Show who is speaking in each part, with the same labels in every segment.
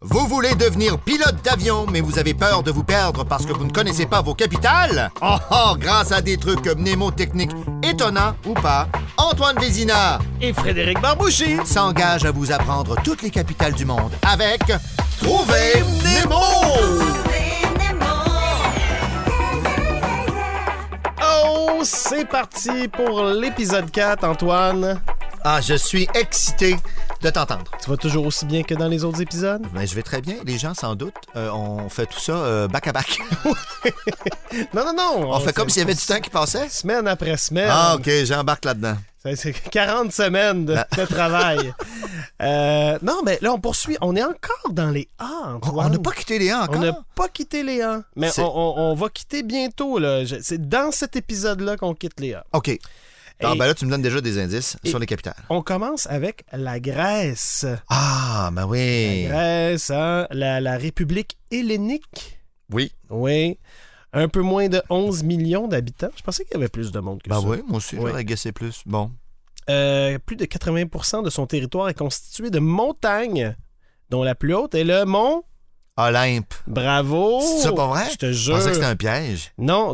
Speaker 1: Vous voulez devenir pilote d'avion, mais vous avez peur de vous perdre parce que vous ne connaissez pas vos capitales? Oh, oh, grâce à des trucs mnémotechniques étonnants ou pas, Antoine Vézina
Speaker 2: et Frédéric Barbouchi.
Speaker 1: s'engage à vous apprendre toutes les capitales du monde avec Trouver Nemo!
Speaker 2: Oh, c'est parti pour l'épisode 4, Antoine.
Speaker 1: Ah, je suis excité de t'entendre.
Speaker 2: Tu vas toujours aussi bien que dans les autres épisodes?
Speaker 1: Mais je vais très bien, les gens sans doute. euh, on fait tout ça euh, bac à bac.
Speaker 2: Non, non, non.
Speaker 1: On fait comme s'il y avait du temps qui passait.
Speaker 2: Semaine après semaine.
Speaker 1: Ah, ok, j'embarque là-dedans.
Speaker 2: Ça, C'est 40 semaines de, de travail. Euh, non, mais là, on poursuit. On est encore dans les A, Antoine.
Speaker 1: On n'a pas quitté les
Speaker 2: On
Speaker 1: encore.
Speaker 2: n'a pas quitté les A. Mais
Speaker 1: C'est-
Speaker 2: on, on- on va quitter bientôt. là. Je- C'est dans cet épisode-là qu'on quitte les A.
Speaker 1: OK. Ah,
Speaker 2: Et
Speaker 1: ben là, tu me donnes déjà des indices
Speaker 2: Et-
Speaker 1: sur les capitales.
Speaker 2: on commence avec la Grèce.
Speaker 1: Ah, ben oui.
Speaker 2: Grèce, hein, la, la République hellénique.
Speaker 1: Oui.
Speaker 2: Oui. Un peu moins de 11 millions d'habitants. Je pensais qu'il y avait plus de monde que
Speaker 1: Ben
Speaker 2: ça.
Speaker 1: oui, moi aussi,
Speaker 2: Oui.
Speaker 1: j'aurais guessé plus. Bon.
Speaker 2: Euh, plus de 80 de son territoire est constitué de montagnes, dont la plus haute est le mont.
Speaker 1: Olympe.
Speaker 2: Bravo!
Speaker 1: C'est ça, pas vrai?
Speaker 2: Je te
Speaker 1: Je
Speaker 2: jure.
Speaker 1: pensais que c'était un piège.
Speaker 2: Non,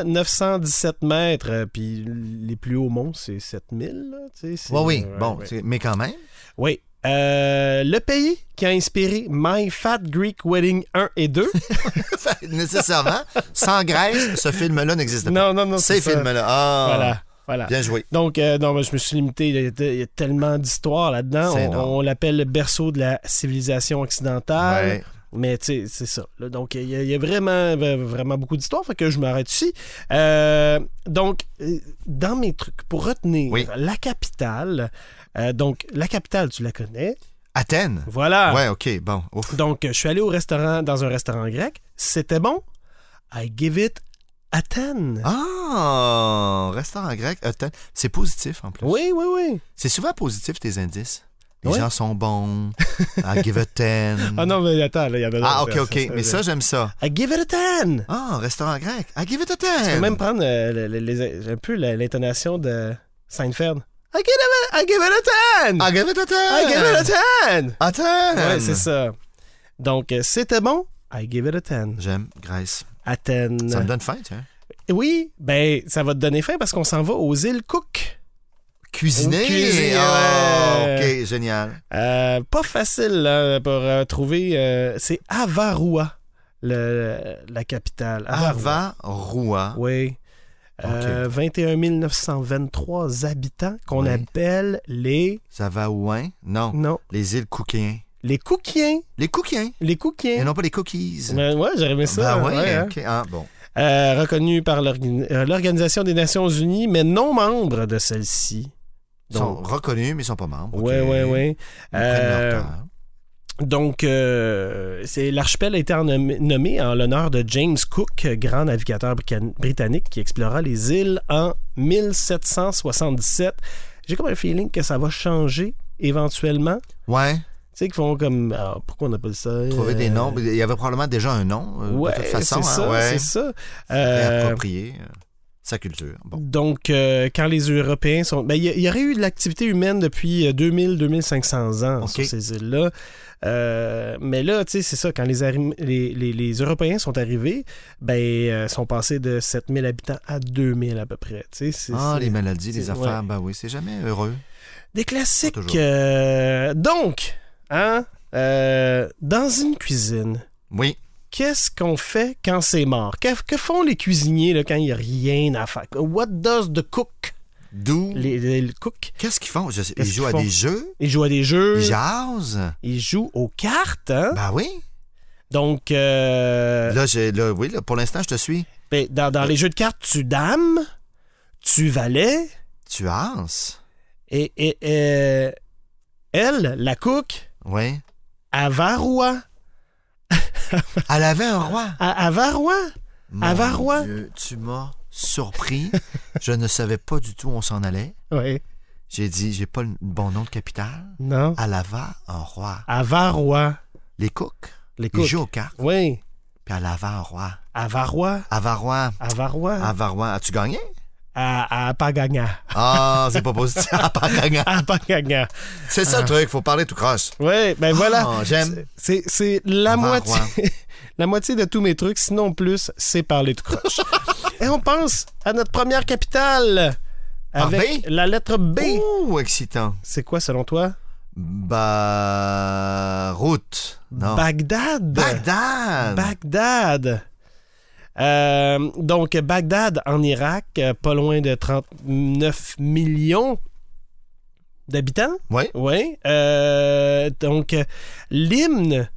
Speaker 2: 2917 mètres. euh, Puis les plus hauts monts, c'est 7000. là, tu sais, c'est-
Speaker 1: Oui, oui.
Speaker 2: ouais,
Speaker 1: bon,
Speaker 2: ouais.
Speaker 1: c'est- mais quand même.
Speaker 2: Oui. Euh, le pays qui a inspiré My Fat Greek Wedding 1 et 2.
Speaker 1: Nécessairement, sans Grèce, ce film-là n'existe pas.
Speaker 2: non, non, non.
Speaker 1: Ces
Speaker 2: ça.
Speaker 1: films-là. Ah,
Speaker 2: Voilà. Voilà.
Speaker 1: bien joué.
Speaker 2: Donc, euh, non, mais je me suis limité. Il y a, il y a tellement d'histoires là-dedans.
Speaker 1: C'est
Speaker 2: On,
Speaker 1: énorme.
Speaker 2: on l'appelle le berceau de la civilisation occidentale.
Speaker 1: Ouais.
Speaker 2: Mais tu sais, c'est ça. là. Donc, il y, a- il y a vraiment, v- vraiment beaucoup d'histoires. Fait que je m'arrête ici. Euh, donc, euh, dans mes trucs, pour retenir
Speaker 1: Oui.
Speaker 2: la capitale, euh, donc, la capitale, tu la connais.
Speaker 1: Athènes.
Speaker 2: Voilà.
Speaker 1: Ouais, OK, bon. Ouf.
Speaker 2: Donc, euh, je suis allé au restaurant, dans un restaurant grec. C'était bon. I give it Athènes.
Speaker 1: Ah, restaurant grec, Athènes. C'est positif en plus.
Speaker 2: oui, oui, oui.
Speaker 1: C'est souvent positif tes indices. Les
Speaker 2: Ouais.
Speaker 1: gens sont bons. I give a ten.
Speaker 2: Ah non, mais attends, là, il y en a
Speaker 1: Ah,
Speaker 2: d'autres,
Speaker 1: ok,
Speaker 2: là,
Speaker 1: ok. Mais ça, j'aime ça.
Speaker 2: I give it a ten!
Speaker 1: Ah, restaurant grec. I give it a
Speaker 2: Tu
Speaker 1: ten.
Speaker 2: peux même prendre euh, le- le- les- un peu la- l'intonation de Seinfeld. I give it a, I give it a ten!
Speaker 1: I give it a ten.
Speaker 2: I give it a ten!
Speaker 1: a Ah, ten.
Speaker 2: Ouais, c'est ça. Donc, euh, c'était bon. I give it a ten.
Speaker 1: J'aime Grèce.
Speaker 2: Athènes.
Speaker 1: Ça me donne faim, tiens.
Speaker 2: Oui, ben, ça va te donner faim parce qu'on s'en va aux îles Cook.
Speaker 1: Cuisiner.
Speaker 2: Cuisiner,
Speaker 1: Ah,
Speaker 2: ouais.
Speaker 1: ok, génial.
Speaker 2: Euh, pas facile là, pour euh, trouver. euh, c'est Avaroua, le- la capitale. Avarua.
Speaker 1: Avaroua.
Speaker 2: Oui. Euh, 21 923 habitants qu'on
Speaker 1: Oui.
Speaker 2: appelle les.
Speaker 1: Ça va ouin? Non.
Speaker 2: Non,
Speaker 1: Les îles Cookiens.
Speaker 2: les Couquiens.
Speaker 1: Les Cookiens.
Speaker 2: Les
Speaker 1: Et
Speaker 2: Couquiens.
Speaker 1: non pas les cookies.
Speaker 2: Ben ouais, j'aurais aimé ça.
Speaker 1: Ben ouais,
Speaker 2: ouais, hein.
Speaker 1: ok. Ah, bon.
Speaker 2: Euh, reconnu par l'organi- euh, l'Organisation des Nations Unies, mais non membre de celle-ci.
Speaker 1: Ils sont
Speaker 2: Donc,
Speaker 1: reconnus, mais ils sont pas membres.
Speaker 2: ouais,
Speaker 1: Ok.
Speaker 2: ouais, ouais.
Speaker 1: Ils prennent leur
Speaker 2: Euh,
Speaker 1: temps.
Speaker 2: Donc, euh, c'est- l'archipel a été en- nommé en l'honneur de James Cook, grand navigateur brica- britannique qui explora les îles en 1777. J'ai comme un feeling que ça va changer éventuellement.
Speaker 1: Ouais.
Speaker 2: Tu sais, qu'ils font comme. ah, pourquoi on appelle ça
Speaker 1: Trouver
Speaker 2: euh,
Speaker 1: des noms. Il y avait probablement déjà un nom, euh,
Speaker 2: Ouais,
Speaker 1: de toute
Speaker 2: c'est
Speaker 1: façon. hein,
Speaker 2: ça,
Speaker 1: ouais.
Speaker 2: c'est ça. Euh,
Speaker 1: Réapproprier euh, sa culture. Bon.
Speaker 2: Donc, euh, quand les Européens sont... ben, Il y, il y aurait eu de l'activité humaine depuis euh, 2000-2500 ans
Speaker 1: Ok.
Speaker 2: sur ces îles-là. Euh, mais là, tu sais, c'est ça, quand les, Ari- les, les- les Européens sont arrivés, ben, euh, sont passés de 7000 habitants à 2000 à peu près. Tu sais, c'est-
Speaker 1: Ah,
Speaker 2: c'est-
Speaker 1: les maladies, les
Speaker 2: c'est-
Speaker 1: affaires,
Speaker 2: ouais.
Speaker 1: ben oui, c'est jamais heureux.
Speaker 2: Des classiques.
Speaker 1: Pas toujours.
Speaker 2: euh, donc, hein, euh, dans une cuisine,
Speaker 1: Oui.
Speaker 2: qu'est-ce qu'on fait quand c'est mort? Que, que font les cuisiniers là, quand il n'y a rien à faire? What does the cook?
Speaker 1: D'où.
Speaker 2: Les, les- le cook,
Speaker 1: Qu'est-ce qu'ils font? Je sais-
Speaker 2: Qu'est-ce
Speaker 1: Ils jouent
Speaker 2: qu'ils
Speaker 1: à
Speaker 2: font?
Speaker 1: des jeux.
Speaker 2: il joue à des jeux.
Speaker 1: Ils jasent.
Speaker 2: Il joue aux cartes, hein?
Speaker 1: Ben oui.
Speaker 2: Donc, euh,
Speaker 1: Là, j'ai- là, oui, là, pour l'instant, je te suis.
Speaker 2: ben, dans, dans les jeux de cartes, tu dames, tu valets,
Speaker 1: Tu as.
Speaker 2: et, et- et- elle, la cook,
Speaker 1: Oui.
Speaker 2: avarois.
Speaker 1: Elle avait un roi.
Speaker 2: A- Avarois?
Speaker 1: Mon
Speaker 2: Avarois.
Speaker 1: Dieu, tu m'as surpris. je ne savais pas du tout où on s'en allait.
Speaker 2: Oui.
Speaker 1: J'ai dit, j'ai pas le bon nom de capitale.
Speaker 2: Non.
Speaker 1: Alava, un roi.
Speaker 2: Avarois.
Speaker 1: Les cooks,
Speaker 2: Les
Speaker 1: ils
Speaker 2: cooks.
Speaker 1: jouent aux cartes.
Speaker 2: Oui.
Speaker 1: Puis Alava, un roi.
Speaker 2: Avarois.
Speaker 1: Avarois,
Speaker 2: Avarois.
Speaker 1: Avarois, as-tu gagné?
Speaker 2: à, à Paganga.
Speaker 1: Ah, c'est pas positif. Ah, pas gagnant.
Speaker 2: À Paganga.
Speaker 1: c'est ça le
Speaker 2: Ah.
Speaker 1: truc, faut parler tout croche.
Speaker 2: Oui, ben voilà.
Speaker 1: Ah, j'aime.
Speaker 2: C'est c'est la
Speaker 1: Avant
Speaker 2: moitié,
Speaker 1: Rouen.
Speaker 2: la moitié de tous mes trucs, sinon plus, c'est parler tout croche. Et on pense à notre première capitale
Speaker 1: Par
Speaker 2: avec
Speaker 1: B? Oh!
Speaker 2: la lettre B.
Speaker 1: Ouh, excitant.
Speaker 2: C'est quoi selon toi
Speaker 1: Bah. Route. Non.
Speaker 2: Bagdad.
Speaker 1: Bagdad.
Speaker 2: Bagdad. Euh, donc, Bagdad en Irak, euh, pas loin de 39 millions d'habitants.
Speaker 1: Ouais.
Speaker 2: Oui. Euh, donc, euh, l'hymne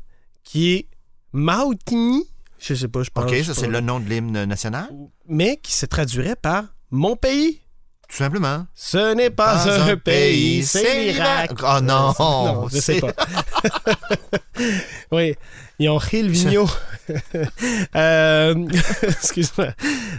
Speaker 2: qui est Mautini, je sais pas, je pense.
Speaker 1: OK,
Speaker 2: je
Speaker 1: ça,
Speaker 2: sais
Speaker 1: c'est
Speaker 2: pas.
Speaker 1: le nom de l'hymne national,
Speaker 2: Mais qui se traduirait par Mon pays.
Speaker 1: tout simplement.
Speaker 2: Ce n'est pas,
Speaker 1: Dans
Speaker 2: un, pays, c'est l'Irak.
Speaker 1: Oh non,
Speaker 2: non, je sais
Speaker 1: c'est-
Speaker 2: pas. oui, ils ont ri le vigno. Euh, Excuse-moi.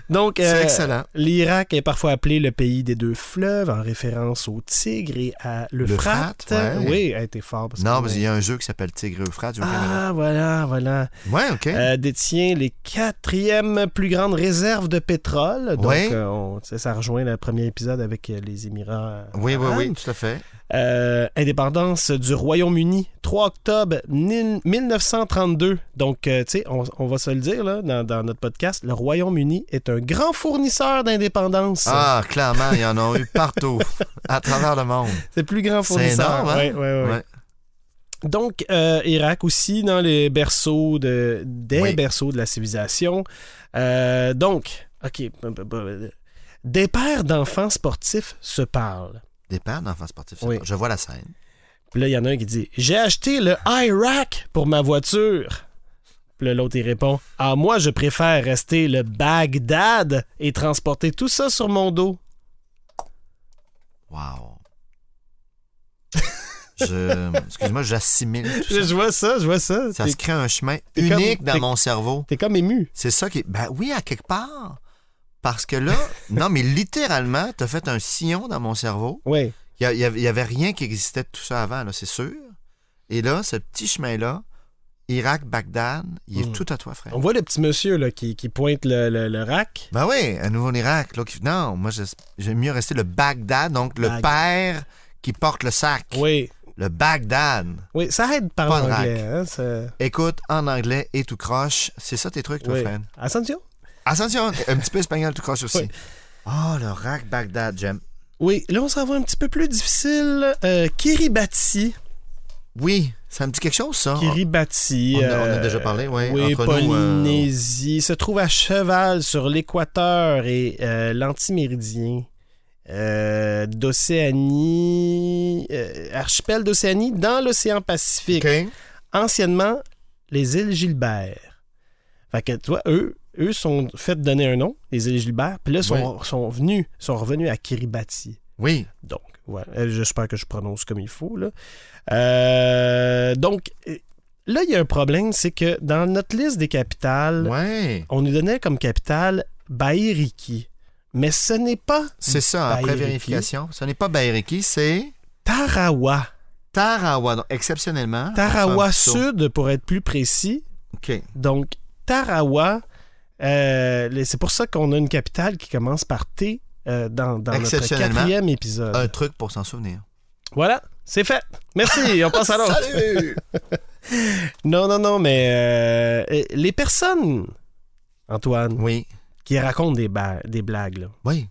Speaker 2: Donc,
Speaker 1: C'est
Speaker 2: euh,
Speaker 1: excellent.
Speaker 2: l'Irak est parfois appelé le pays des deux fleuves en référence au Tigre et à l'Euphrate.
Speaker 1: L'Euphrate, ouais.
Speaker 2: Oui, elle était fort. Parce
Speaker 1: Non,
Speaker 2: que-
Speaker 1: mais il y a un jeu qui s'appelle Tigre et Euphrate. au Canada.
Speaker 2: Ah, voilà, voilà.
Speaker 1: Ouais, OK.
Speaker 2: Euh, détient les quatrièmes plus grandes réserves de pétrole. Donc,
Speaker 1: Ouais.
Speaker 2: euh, on- ça, ça rejoint le premier épisode avec euh, les Émirats.
Speaker 1: oui, oui,
Speaker 2: arabes.
Speaker 1: oui, tout à fait.
Speaker 2: Euh, indépendance du Royaume-Uni, 3 octobre 1000 1932. Donc, euh, tu sais, on, on va se le dire là, dans, dans notre podcast, le Royaume-Uni est un grand fournisseur d'indépendance.
Speaker 1: Ah, clairement, il y en a eu partout, à travers le monde.
Speaker 2: C'est le plus grand
Speaker 1: c'est
Speaker 2: fournisseur.
Speaker 1: énorme, hein?
Speaker 2: Ouais, ouais, ouais.
Speaker 1: Ouais.
Speaker 2: Donc, euh, Irak aussi, dans les berceaux de, des
Speaker 1: Oui.
Speaker 2: berceaux de la civilisation. Euh, donc, OK. b- b- b- Des pères d'enfants sportifs se parlent.
Speaker 1: Des pères d'enfants sportifs.
Speaker 2: Oui.
Speaker 1: c'est pas- Je vois la scène.
Speaker 2: Puis là, il y en a un qui dit J'ai acheté le Irak pour ma voiture. Puis là, l'autre, il répond Ah, moi, je préfère rester le Bagdad et transporter tout ça sur mon dos.
Speaker 1: Wow. Je- Excuse-moi, j'assimile tout
Speaker 2: Je,
Speaker 1: ça.
Speaker 2: je vois ça, je vois ça.
Speaker 1: Ça
Speaker 2: T'es-
Speaker 1: se crée un chemin
Speaker 2: t'es comme-
Speaker 1: unique
Speaker 2: t'es-
Speaker 1: dans mon cerveau.
Speaker 2: T'es comme ému.
Speaker 1: C'est ça qui est. Ben oui, à quelque part. Parce que là, non, mais littéralement, t'as fait un sillon dans mon cerveau.
Speaker 2: Oui.
Speaker 1: Il y, a- il y avait- il y avait rien qui existait de tout ça avant, là, c'est sûr. Et là, ce petit chemin-là, Irak, Bagdad, il est
Speaker 2: Mm.
Speaker 1: tout à toi, frère.
Speaker 2: On voit le petit monsieur là, qui, qui pointe le, le- le rack.
Speaker 1: Ben oui, un nouveau Irak. Là, qui- Non, moi, je- j'aime mieux rester le Bagdad, donc le
Speaker 2: Bagdad.
Speaker 1: père qui porte le sac.
Speaker 2: Oui.
Speaker 1: Le Bagdad.
Speaker 2: Oui, ça aide par
Speaker 1: Pas de
Speaker 2: anglais. Hein, ça...
Speaker 1: Écoute, en anglais et tout croche, c'est ça tes trucs, toi,
Speaker 2: Oui.
Speaker 1: Fred?
Speaker 2: Ascension?
Speaker 1: Ascension, un petit peu espagnol tout croche aussi.
Speaker 2: Oui.
Speaker 1: Oh, le rack Bagdad, j'aime.
Speaker 2: Oui, là, on s'en va un petit peu plus difficile. Euh, Kiribati.
Speaker 1: Oui, ça me dit quelque chose, ça.
Speaker 2: Kiribati.
Speaker 1: Oh. On, on a, on a
Speaker 2: euh,
Speaker 1: déjà parlé, ouais,
Speaker 2: Oui,
Speaker 1: entre nous. euh,
Speaker 2: Polynésie se trouve à cheval sur l'équateur et euh, l'antiméridien euh, d'Océanie, euh, archipel d'Océanie dans l'océan Pacifique.
Speaker 1: OK.
Speaker 2: Anciennement, les îles Gilbert. Fait que, tu vois, eux, eux sont fait donner un nom, les îles Gilbert, puis là, sont, sont venus, sont revenus à Kiribati.
Speaker 1: Oui,
Speaker 2: Donc, voilà. Euh, J'espère que je prononce comme il faut. Là. Euh, donc, euh, là, il y a un problème, c'est que dans notre liste des capitales,
Speaker 1: ouais.
Speaker 2: on nous donnait comme capitale Bairiki. Mais ce n'est pas
Speaker 1: C'est ça, après
Speaker 2: Baïriki.
Speaker 1: vérification. Ce n'est pas Baïriki, c'est
Speaker 2: Tarawa.
Speaker 1: Tarawa. Donc, exceptionnellement.
Speaker 2: Tarawa
Speaker 1: on fait un petit saut.
Speaker 2: Sud, pour être plus précis.
Speaker 1: OK.
Speaker 2: Donc, Tarawa, euh, les- c'est pour ça qu'on a une capitale qui commence par T euh, dans, dans notre
Speaker 1: Exceptionnellement, Euh.
Speaker 2: quatrième épisode.
Speaker 1: Un truc pour s'en souvenir.
Speaker 2: Voilà, c'est fait. Merci, on passe à l'autre.
Speaker 1: Salut!
Speaker 2: Non, non, non, mais euh, euh, les personnes, Antoine,
Speaker 1: oui,
Speaker 2: qui racontent des, ba- des blagues, là,
Speaker 1: oui.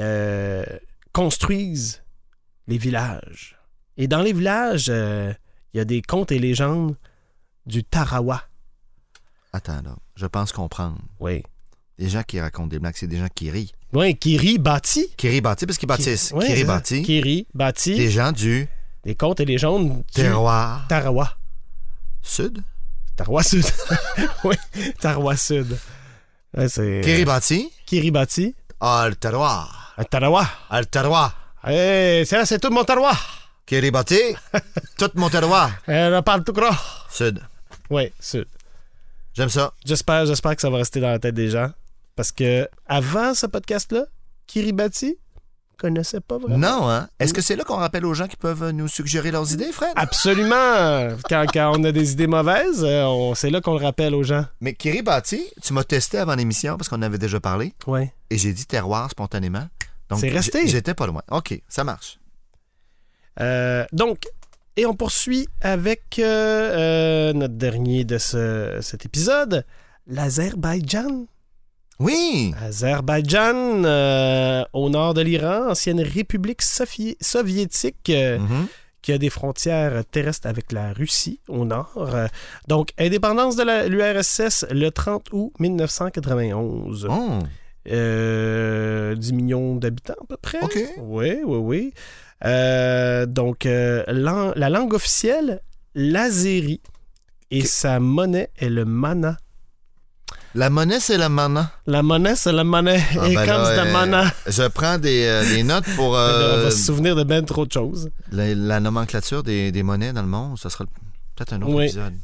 Speaker 2: euh, construisent les villages. Et dans les villages, euh, il y a des contes et légendes du Tarawa.
Speaker 1: Attends, là. Je pense comprendre.
Speaker 2: Oui.
Speaker 1: Des gens qui racontent des blagues, c'est des gens qui rient.
Speaker 2: Oui, Kiri bâti.
Speaker 1: Qui rient bâti, parce qu'ils bâtissent.
Speaker 2: Oui,
Speaker 1: qui
Speaker 2: c'est
Speaker 1: rient
Speaker 2: ça.
Speaker 1: bâti.
Speaker 2: Kiri bâti.
Speaker 1: Des gens du
Speaker 2: Des contes et légendes du
Speaker 1: terroir
Speaker 2: Tarawa.
Speaker 1: sud.
Speaker 2: Tarawa Sud. oui, Tarawa Sud. Ouais, c'est euh,
Speaker 1: Qui rient bâti.
Speaker 2: Kiribati.
Speaker 1: Ah, le terroir.
Speaker 2: Un Euh, Tarawa.
Speaker 1: Ah, le terroir.
Speaker 2: Eh, ça, c'est tout mon Tarawa.
Speaker 1: Qui rient bâti. Tout mon terroir
Speaker 2: Elle Euh, parle tout gros.
Speaker 1: sud.
Speaker 2: Oui, Sud.
Speaker 1: J'aime ça.
Speaker 2: J'espère, j'espère que ça va rester dans la tête des gens. Parce que avant ce podcast-là, Kiribati, connaissais pas vraiment.
Speaker 1: Non, hein? Est-ce que c'est là qu'on rappelle aux gens qui peuvent nous suggérer leurs idées, Fred?
Speaker 2: Absolument! Quand, quand on a des idées mauvaises, euh, on- c'est là qu'on le rappelle aux gens.
Speaker 1: Mais Kiribati, tu m'as testé avant l'émission parce qu'on en avait déjà parlé
Speaker 2: Ouais.
Speaker 1: et j'ai dit terroir spontanément. Donc,
Speaker 2: C'est resté.
Speaker 1: j'- J'étais pas loin. OK, ça marche.
Speaker 2: Euh, donc, et on poursuit avec euh, euh, notre dernier de ce- cet épisode, l'Azerbaïdjan.
Speaker 1: Oui!
Speaker 2: Azerbaïdjan, euh, au nord de l'Iran, ancienne république sofi- soviétique. euh,
Speaker 1: Mhm.
Speaker 2: qui a des frontières terrestres avec la Russie au nord. Euh, Donc, indépendance de la- l'URSS le 30 août 1991.
Speaker 1: Oh,
Speaker 2: Euh, 10 millions d'habitants à peu près.
Speaker 1: OK.
Speaker 2: Oui, oui, oui. Euh, donc, euh, lan- la langue officielle, l'azérie. Et
Speaker 1: Ok.
Speaker 2: sa monnaie est le mana.
Speaker 1: La monnaie, c'est la mana.
Speaker 2: La monnaie, c'est la monnaie.
Speaker 1: Ah,
Speaker 2: Et
Speaker 1: ben
Speaker 2: comme
Speaker 1: là,
Speaker 2: c'est la
Speaker 1: euh,
Speaker 2: mana,
Speaker 1: Je prends des, euh, des notes pour euh,
Speaker 2: on va se souvenir de bien trop de choses.
Speaker 1: la, la nomenclature des, des monnaies dans le monde. Ça sera peut-être un autre
Speaker 2: Oui.
Speaker 1: épisode.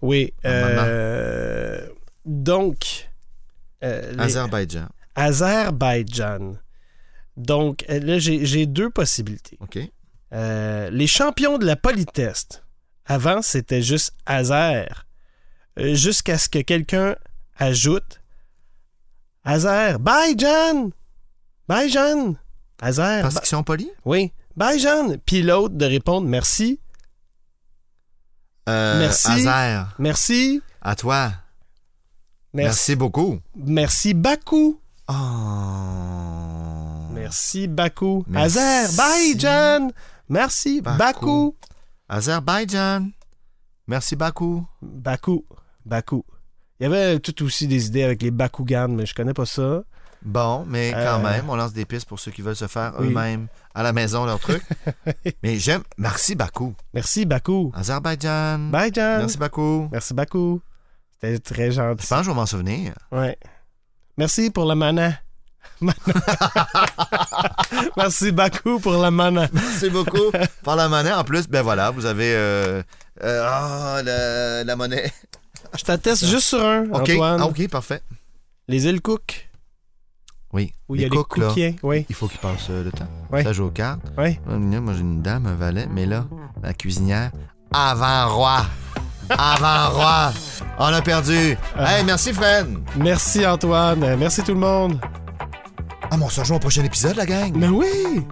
Speaker 2: Oui.
Speaker 1: La mana.
Speaker 2: euh, donc, euh, les-
Speaker 1: Azerbaïdjan.
Speaker 2: Azerbaïdjan. Donc, euh, là, j'ai j'ai deux possibilités.
Speaker 1: OK.
Speaker 2: Euh, les champions de la politesse. Avant, c'était juste Azer. Euh, Jusqu'à ce que quelqu'un ajoute Azer. Bye, John! Bye, John! Azer.
Speaker 1: Parce qu'ils sont polis?
Speaker 2: Oui. Bye, John! Puis l'autre de répondre Merci,
Speaker 1: Euh,
Speaker 2: Merci.
Speaker 1: Azer,
Speaker 2: merci,
Speaker 1: à toi.
Speaker 2: merci,
Speaker 1: Merci beaucoup.
Speaker 2: merci, Bakou.
Speaker 1: Oh.
Speaker 2: Merci, Bakou.
Speaker 1: Mmh. Merci.
Speaker 2: Azer. Bye, John! Merci,
Speaker 1: Bakou.
Speaker 2: Bakou.
Speaker 1: Azerbaïdjan. Merci beaucoup.
Speaker 2: Bakou. Bakou. Il y avait tout aussi des idées avec les Bakugan, mais je connais pas ça.
Speaker 1: Bon, mais quand
Speaker 2: Euh.
Speaker 1: même, on lance des pistes pour ceux qui veulent se faire
Speaker 2: Oui.
Speaker 1: eux-mêmes à la maison leur truc. mais j'aime. Merci beaucoup.
Speaker 2: Merci, Bakou.
Speaker 1: Azerbaïdjan.
Speaker 2: Bye, John.
Speaker 1: Merci beaucoup.
Speaker 2: Merci, Bakou. C'était très
Speaker 1: Je
Speaker 2: gentil.
Speaker 1: pense que je vais m'en souvenir.
Speaker 2: Ouais. Merci pour la mana. Mana. Merci, Bakou, pour la mana.
Speaker 1: Merci beaucoup. Par la monnaie, en plus, ben voilà, vous avez. euh, euh, ah, la, la monnaie.
Speaker 2: Je t'atteste juste sur un,
Speaker 1: Ah. OK.
Speaker 2: Antoine.
Speaker 1: Ah, OK, parfait.
Speaker 2: Les îles Cook.
Speaker 1: Oui.
Speaker 2: Où il
Speaker 1: les
Speaker 2: y a
Speaker 1: cooks,
Speaker 2: les
Speaker 1: là,
Speaker 2: Cookiens. Oui,
Speaker 1: il faut qu'ils passent euh, le temps.
Speaker 2: Ouais.
Speaker 1: Ça joue aux cartes.
Speaker 2: oui.
Speaker 1: Là, Moi, j'ai une dame, un valet, mais là, la cuisinière, avant-roi. Avant-roi. On a perdu. Hey, merci, Fred.
Speaker 2: Merci, Antoine. Merci, tout le monde.
Speaker 1: Ah, mais on se rejoint au prochain épisode, la gang.
Speaker 2: Mais oui!